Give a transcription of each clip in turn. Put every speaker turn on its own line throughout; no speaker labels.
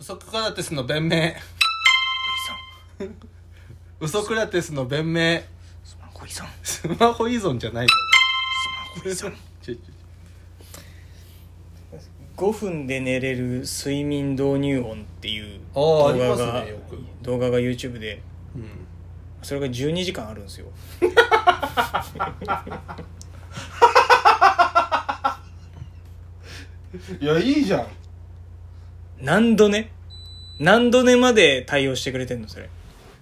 ソクラテスの弁明ウソクラテスの弁明
スマホ依存
スマホ依存じゃないか
スマホ依
ら
存
ちょちょ
5分で寝れる睡眠導入音っていう
あー
動画
あ
が、
りますねよく
動画が YouTube で
うん
それが12時間あるんですよ
いやいいじゃん
何度寝何度寝まで対応してくれてんのそれ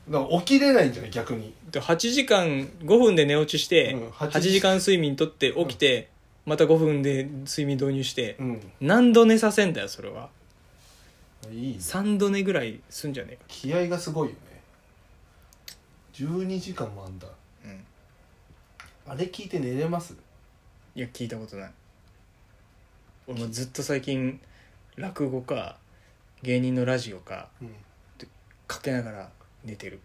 だから起きれないんじゃない逆に
で8時間5分で寝落ちして、
うん8
8, 時間睡眠とって起きて、また5分で睡眠導入して、
うん
何度寝させんだよそれはい
いね
3度寝ぐらいすんじゃね
気合がすごいよね12時間もあんだ
えか、
あれ聞いて寝れます
いや聞いたことない俺もずっと最近落語か芸人のラジオか
うん
かけながら寝てる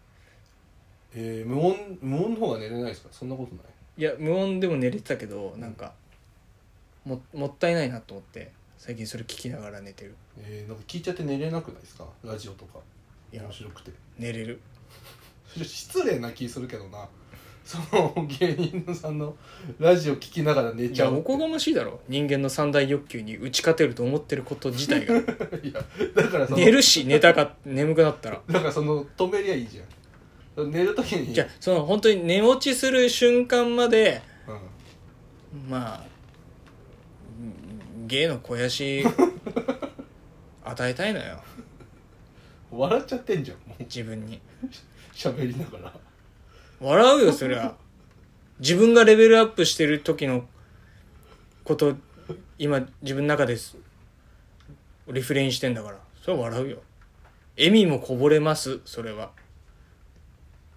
えー、無音無音の方が寝れないですかそんなことない
いや無音でも寝れてたけどなんかももったいないなと思って最近それ聞きながら寝てる
えー、なんか聞いちゃって寝れなくないですかラジオとか
いや
面白くて
寝れる
ちょっと 失礼な気するけどなその芸人さんのラジオ聞きながら寝
い
ちゃ
や
う
おこがましいだろ人間の三大欲求に打ち勝てると思ってること自体 が
いやだからその
寝るし寝たか眠くなったら
だからその止めりゃいいじゃん寝る時に
じゃあその本当に寝落ちする瞬間まで
うん
まあうん芸の肥 やし与えたいのよ
笑っちゃってんじゃんもう
自分に
喋りながら
笑うよそりゃ自分がレベルアップしてる時のこと今自分の中ですリフレインしてんだからそれは笑うよ笑みもこぼれますそれは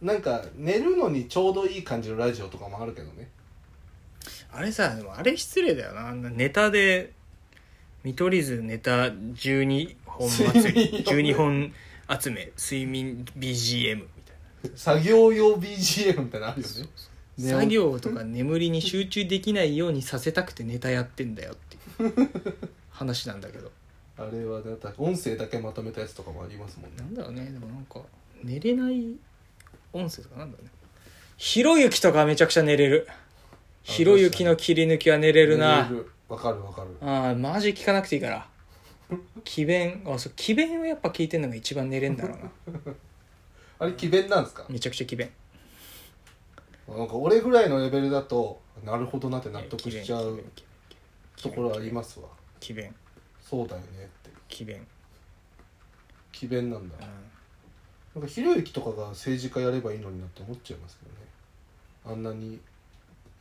なんか寝るのにちょうどいい感じのラジオとかもあるけどね
あれさでもあれ失礼だよなあんなネタで見取り図ネタ12本祭り
睡眠
12本集め睡眠 BGM みたい
作業用 BGM みたいなのあるよね
な作業とか眠りに集中できないようにさせたくてネタやってんだよっていう話なんだけど
あれはだって音声だけまとめたやつとかもありますもん
な
ね
んだろうねでもなんか寝れない音声とかなんだろうねひろゆきとかめちゃくちゃ寝れるひろゆきの切り抜きは寝れるな
寝れるわかるわかる
ああマジ聞かなくていいから詭弁あそう詭弁をやっぱ聞いてんのが一番寝れんだろう な
あれ詭弁なんですか
めちゃくちゃ詭弁
なんか俺ぐらいのレベルだとなるほどなって納得しちゃ
詭
う
弁
ところありますわ
詭弁
そうだよねって
詭弁
詭弁なんだ
うん
なんかひろゆきとかが政治家やればいいのになって思っちゃいますけどねあんなに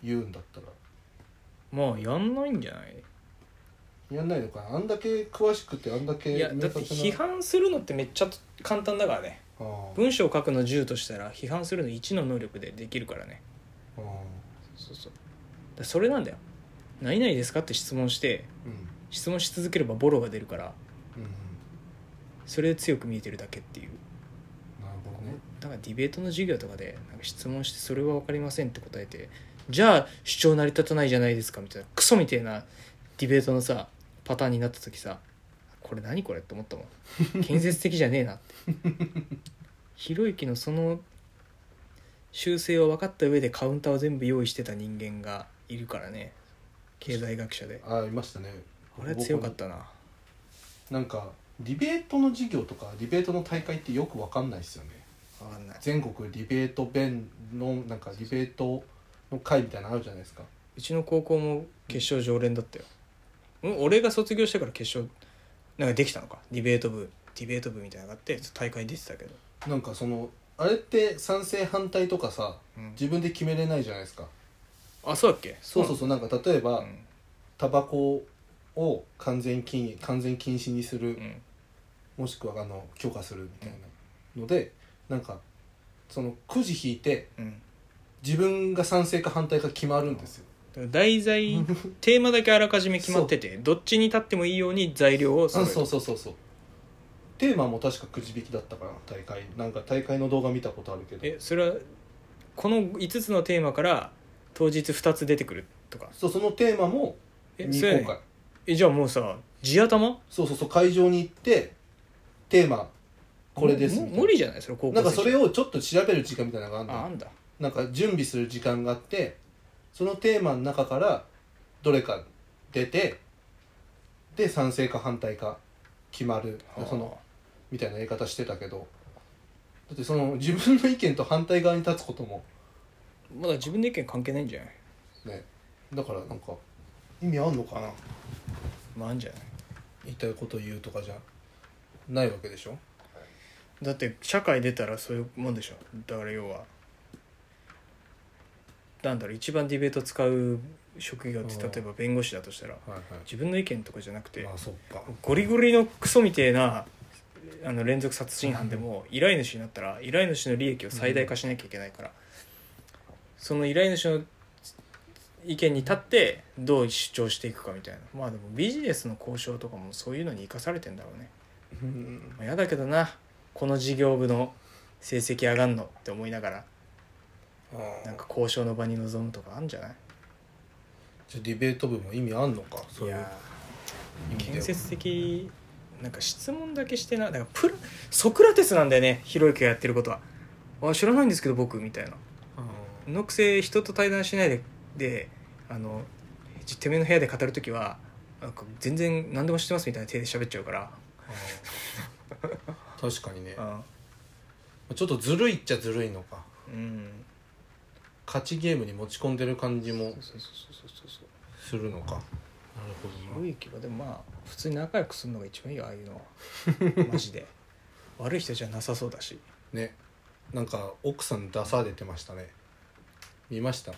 言うんだったら
もうやんないんじゃない
やんないのかなあんだけ詳しくてあんだけ
いやだって批判するのってめっちゃ簡単だからね
あー
文章を書くの10としたら批判するの1の能力でできるからね
あー
そうそうだからそれなんだよ何々ですかって質問して
うん
質問し続ければボロが出るから
うんうん
それで強く見えてるだけっていう
なるほどね
なんかディベートの授業とかでなんか質問してそれは分かりませんって答えてじゃあ主張成り立たないじゃないですかみたいなクソみたいなディベートのさパターンになった時さこれ何これって思ったもん建設的じゃねえなって ひろゆきのその修正を分かった上でカウンターを全部用意してた人間がいるからね経済学者で
ああいましたね
あれは強かったな
なんかディベートの授業とかディベートの大会ってよくわかんないですよね
分かんない
全国ディベート弁のなんかディベートの会みたいなのあるじゃないですか
うちの高校も決勝常連だったよ、うん、俺が卒業してから決勝なんかできたのかディベート部ディベート部みたいなのがあって大会出てたけど、
なんかそのあれって賛成反対とかさ
うん
自分で決めれないじゃないですか
あそうだっけ
そうそうそうなんか例えば
ん
タバコを完全禁完全禁止にする
うん
もしくはあの許可するみたいなのでなんかそのくじ引いて
うん
自分が賛成か反対か決まるんですよ
だから 題材テーマだけあらかじめ決まっててどっちに立ってもいいように材料を
あ
揃える
そうそうそうそうテーマも確かくじ引きだったかな大会なんか大会の動画見たことあるけど
えそれはこの5つのテーマから当日2つ出てくるとか
そうそのテーマも
え
未
そうや
公
ね
開
えじゃあもうさ地頭
そうそうそう会場に行ってテーマこれですみ
む
たいな
無理じゃないそれ高校
な
生
んかそ
じ
れをちょっと調べる時間みたいなのがあ
ゃ
ん
ああ
の
んだ
なんか準備する時間があってそのテーマの中からどれか出てで賛成か反対か決まるそのみたいなやり方してたけどだってその自分の意見と反対側に立つことも
まだ自分の意見関係ないんじゃない
ねだからなんか意味あんのかな
まああんじゃない
言いたいことを言うとかじゃないわけでしょ
だって社会出たらそういうもんでしょだから要はなんだろう一番ディベート使う職業って
うん
例えば弁護士だとしたら
はいは
自分の意見とかじゃなくて、
まあそっか
ゴリゴリのクソみてえなあの連続殺人犯でも依頼主になったら依頼主の利益を最大化しなきゃいけないから、その依頼主の意見に立ってどう主張していくかみたいなまあでもビジネスの交渉とかもそういうのに生かされてんだろうね、
うん
まあ、やだけどなこの事業部の成績上がんのって思いながらなんか交渉の場に臨むとかあるんじゃない
じゃあディベート部も意味あんのかそう
い
いう
や
意味では
建設的なんか質問だけしてなだからプラソクラテスなんだよねひろゆきがやってることはあ知らないんですけど僕みたいな
うん
のくせ人と対談しないでであのじてめえの部屋で語る時はなんか全然何でも知ってますみたいな手で喋っちゃうから、
うん確かにね
あ
ちょっとずるいっちゃずるいのか
うん
勝ちゲームに持ち込んでる感じも
そうそうそうそうそう
するのかなるほ
ひ
ど
ろ
な
ゆきはでもまあ普通に仲良くするのが一番いいよああいうの はマジで悪い人じゃなさそうだし
ねなんか奥さん出されてましたね見ました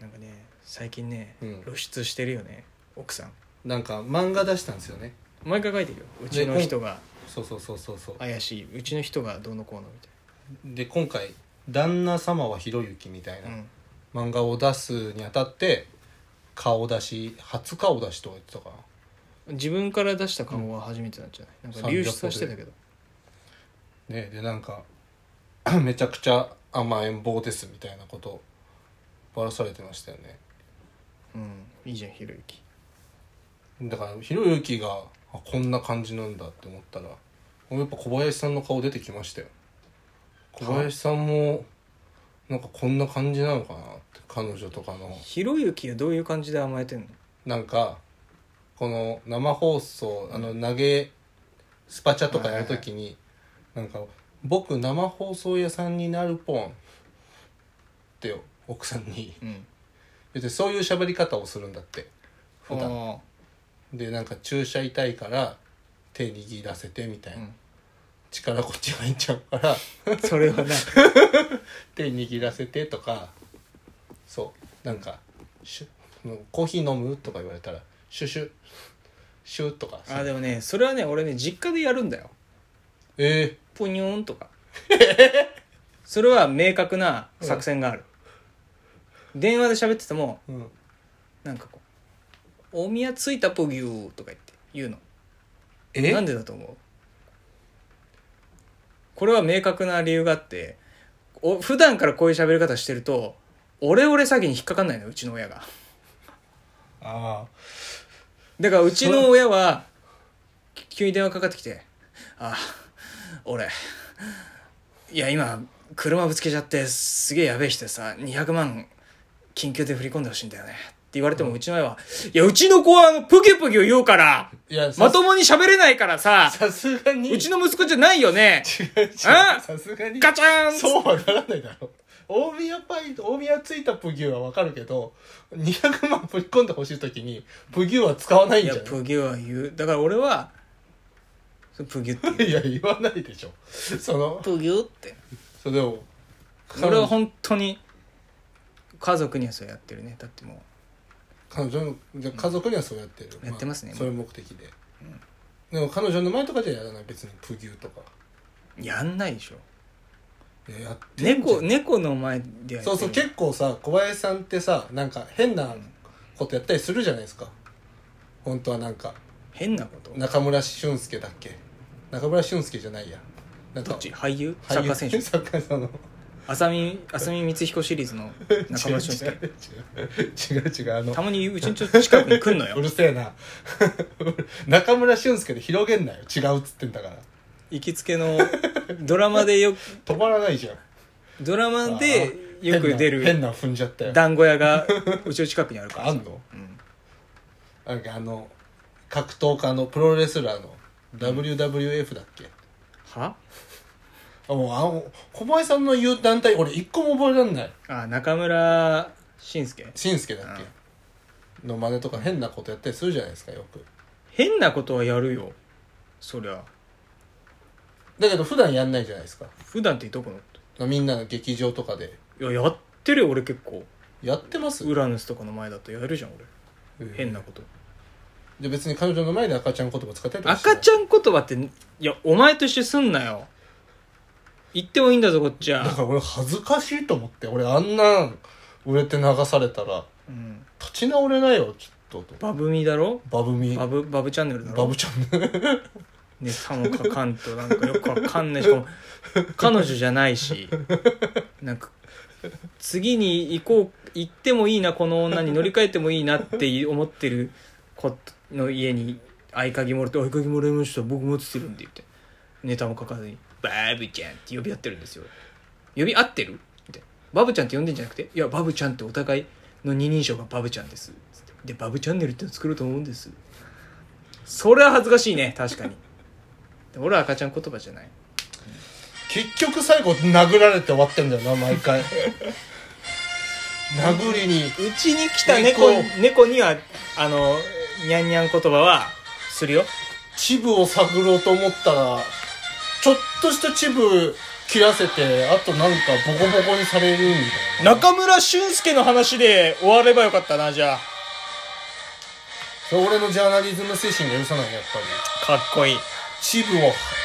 なんかね最近ね、
うん
露出してるよね奥さん
なんか漫画出したんですよね
毎回書いてるようちの人が
そうそうそうそうそう
怪しいうちの人がどうのこうのみ
で今回「旦那様はひろゆき」みたい
たいな、
な漫画を出すにあたって顔出し初顔出しとか言ってたかな
うん、自分から出した顔は初めてなんじゃない、なんか流出はしてたけど
ねでなんか めちゃくちゃ甘えん坊ですみたいなことばらされてましたよね
うんいいじゃんひろゆき
だからひろゆきがあこんな感じなんだって思ったらやっぱ小林さんの顔出てきましたよ小林さんもなんかこんな感じなのかなって彼女とかの
ひろゆきはどういう感じで甘えてんの
なんかこの生放送あの投げスパチャとかやるときになんか「僕生放送屋さんになるポン」って奥さんに
うん
言ってそういう喋り方をするんだって普段
あ
でなんか注射痛いから手握らせてみたい
ー
な、
うん
力こっち入っちゃうから
それはな
手握らせてとかそうなんかシュもうコーヒー飲む?」とか言われたら「シュシュシュ」とか
あーでもねそれはね俺ね実家でやるんだよ
え
ポニョーンとかそれは明確な作戦がある、電話で喋ってても
えうん
なんかこう「お宮ついたポギュー」とか言って言うの
え
なんでだと思うこれは明確な理由があってお普段からこういう喋り方してるとオレオレ詐欺に引っかかんないのうちの親が
ああ
だからうちの親はき急に電話かかってきて「あ俺いや今車ぶつけちゃってすげえやべえ人でさ200万緊急で振り込んでほしいんだよね」って言われてもうちの親は「いやうちの子はあのプキプキを言うから
いや
まともに喋れないからさ
さすがに
うちの息子じゃないよね
違う違う
あ
さすがに
ガチャーン
そうはならないだろ大宮パイ大宮ついたプギューはわかるけど200万ぶっ込んでほしい時にプギューは使わないん
い
じゃ
や
ない
プギュは言うだから俺はそれプギュって言う
いや言わないでしょその
プギュって
それを
俺は本当に家族にはそうやってるねだってもう
彼女のじゃあ家族にはそうやってる、
やってますね
それ目的で、でも彼女の前とかじゃやらない別にプギューとか
やんないでしょ
いややってんじゃん
猫猫の前でやって
そうそう結構さ小林さんってさなんか変なことやったりするじゃないですか本当はなんか
変なこと
中村俊輔だっけ中村俊輔じゃないやなんか
どっち俳優サ
俳
ッ
優
カー選 手
サッカーさんの
浅見浅見光彦シリーズの中 村俊介
違う違う違う違うあの
たまにうちの近くに来ん の
う
よ
るせえな中村俊輔で広げんなよ違うっつってんだから
行きつけのドラマでよく
止まらないじゃん
ドラマでよく出る
変な変な踏んじゃったよ
団子 屋がうちの近くにあるから
あ
さ
んの
うん
なんかあの格闘家のプロレスラーの WWF だっけ、
は
あもうあの小林さんの言う団体俺一個も覚えられない
あ中村信介
しんすけだっけ、の真似とか変なことやったりするじゃないですかよく
変なことはやるよそりゃ
だけど普段やんないじゃないですか
普段ってどこのこ
みんなの劇場とかで
といややってるよ俺結構
やってます
ウラヌスとかの前だとやるじゃん俺変なこと
で別に彼女の前で赤ちゃん言葉使ったりとか
赤ち
ゃ
ゃん言葉っていやお前と一緒にすんなよ言ってもいいんだぞこっち
だか
は、
ら俺恥ずかしいと思って俺あんなん売れて流されたら
うん、
立ち直れないよきっとと
バブミだろ
バブミ
バブバブチャンネルだろ
バブちゃんね
ね、さもかかんとなんかよくわかんないしかも彼女じゃないしなんか次に行こう行ってもいいなこの女に乗り換えてもいいなって思ってる子の家に合鍵もらって「合鍵もらいました僕持っててるんで」言ってネタも書かずに「バブちゃん」って呼び合ってるんですよ呼び合ってるってバブちゃんって呼んでんじゃなくて「いやバブちゃんってお互いの二人称がバブちゃんです」つってでバブチャンネルっての作ろうと思うんですそれは恥ずかしいね確かにで俺は赤ちゃん言葉じゃない
結局最後殴られて終わってんだよな毎 回殴りに
うちに来た猫
猫
猫にはあのにゃんにゃん言葉はするよ
チブを探ろうと思ったらちょっとしたチブ切らせてあとなんかボコボコにされるみたいな
中村俊介の話で終わればよかったなじゃあ
それ俺のジャーナリズム精神が許さないねやっぱり
かっこいい
チブを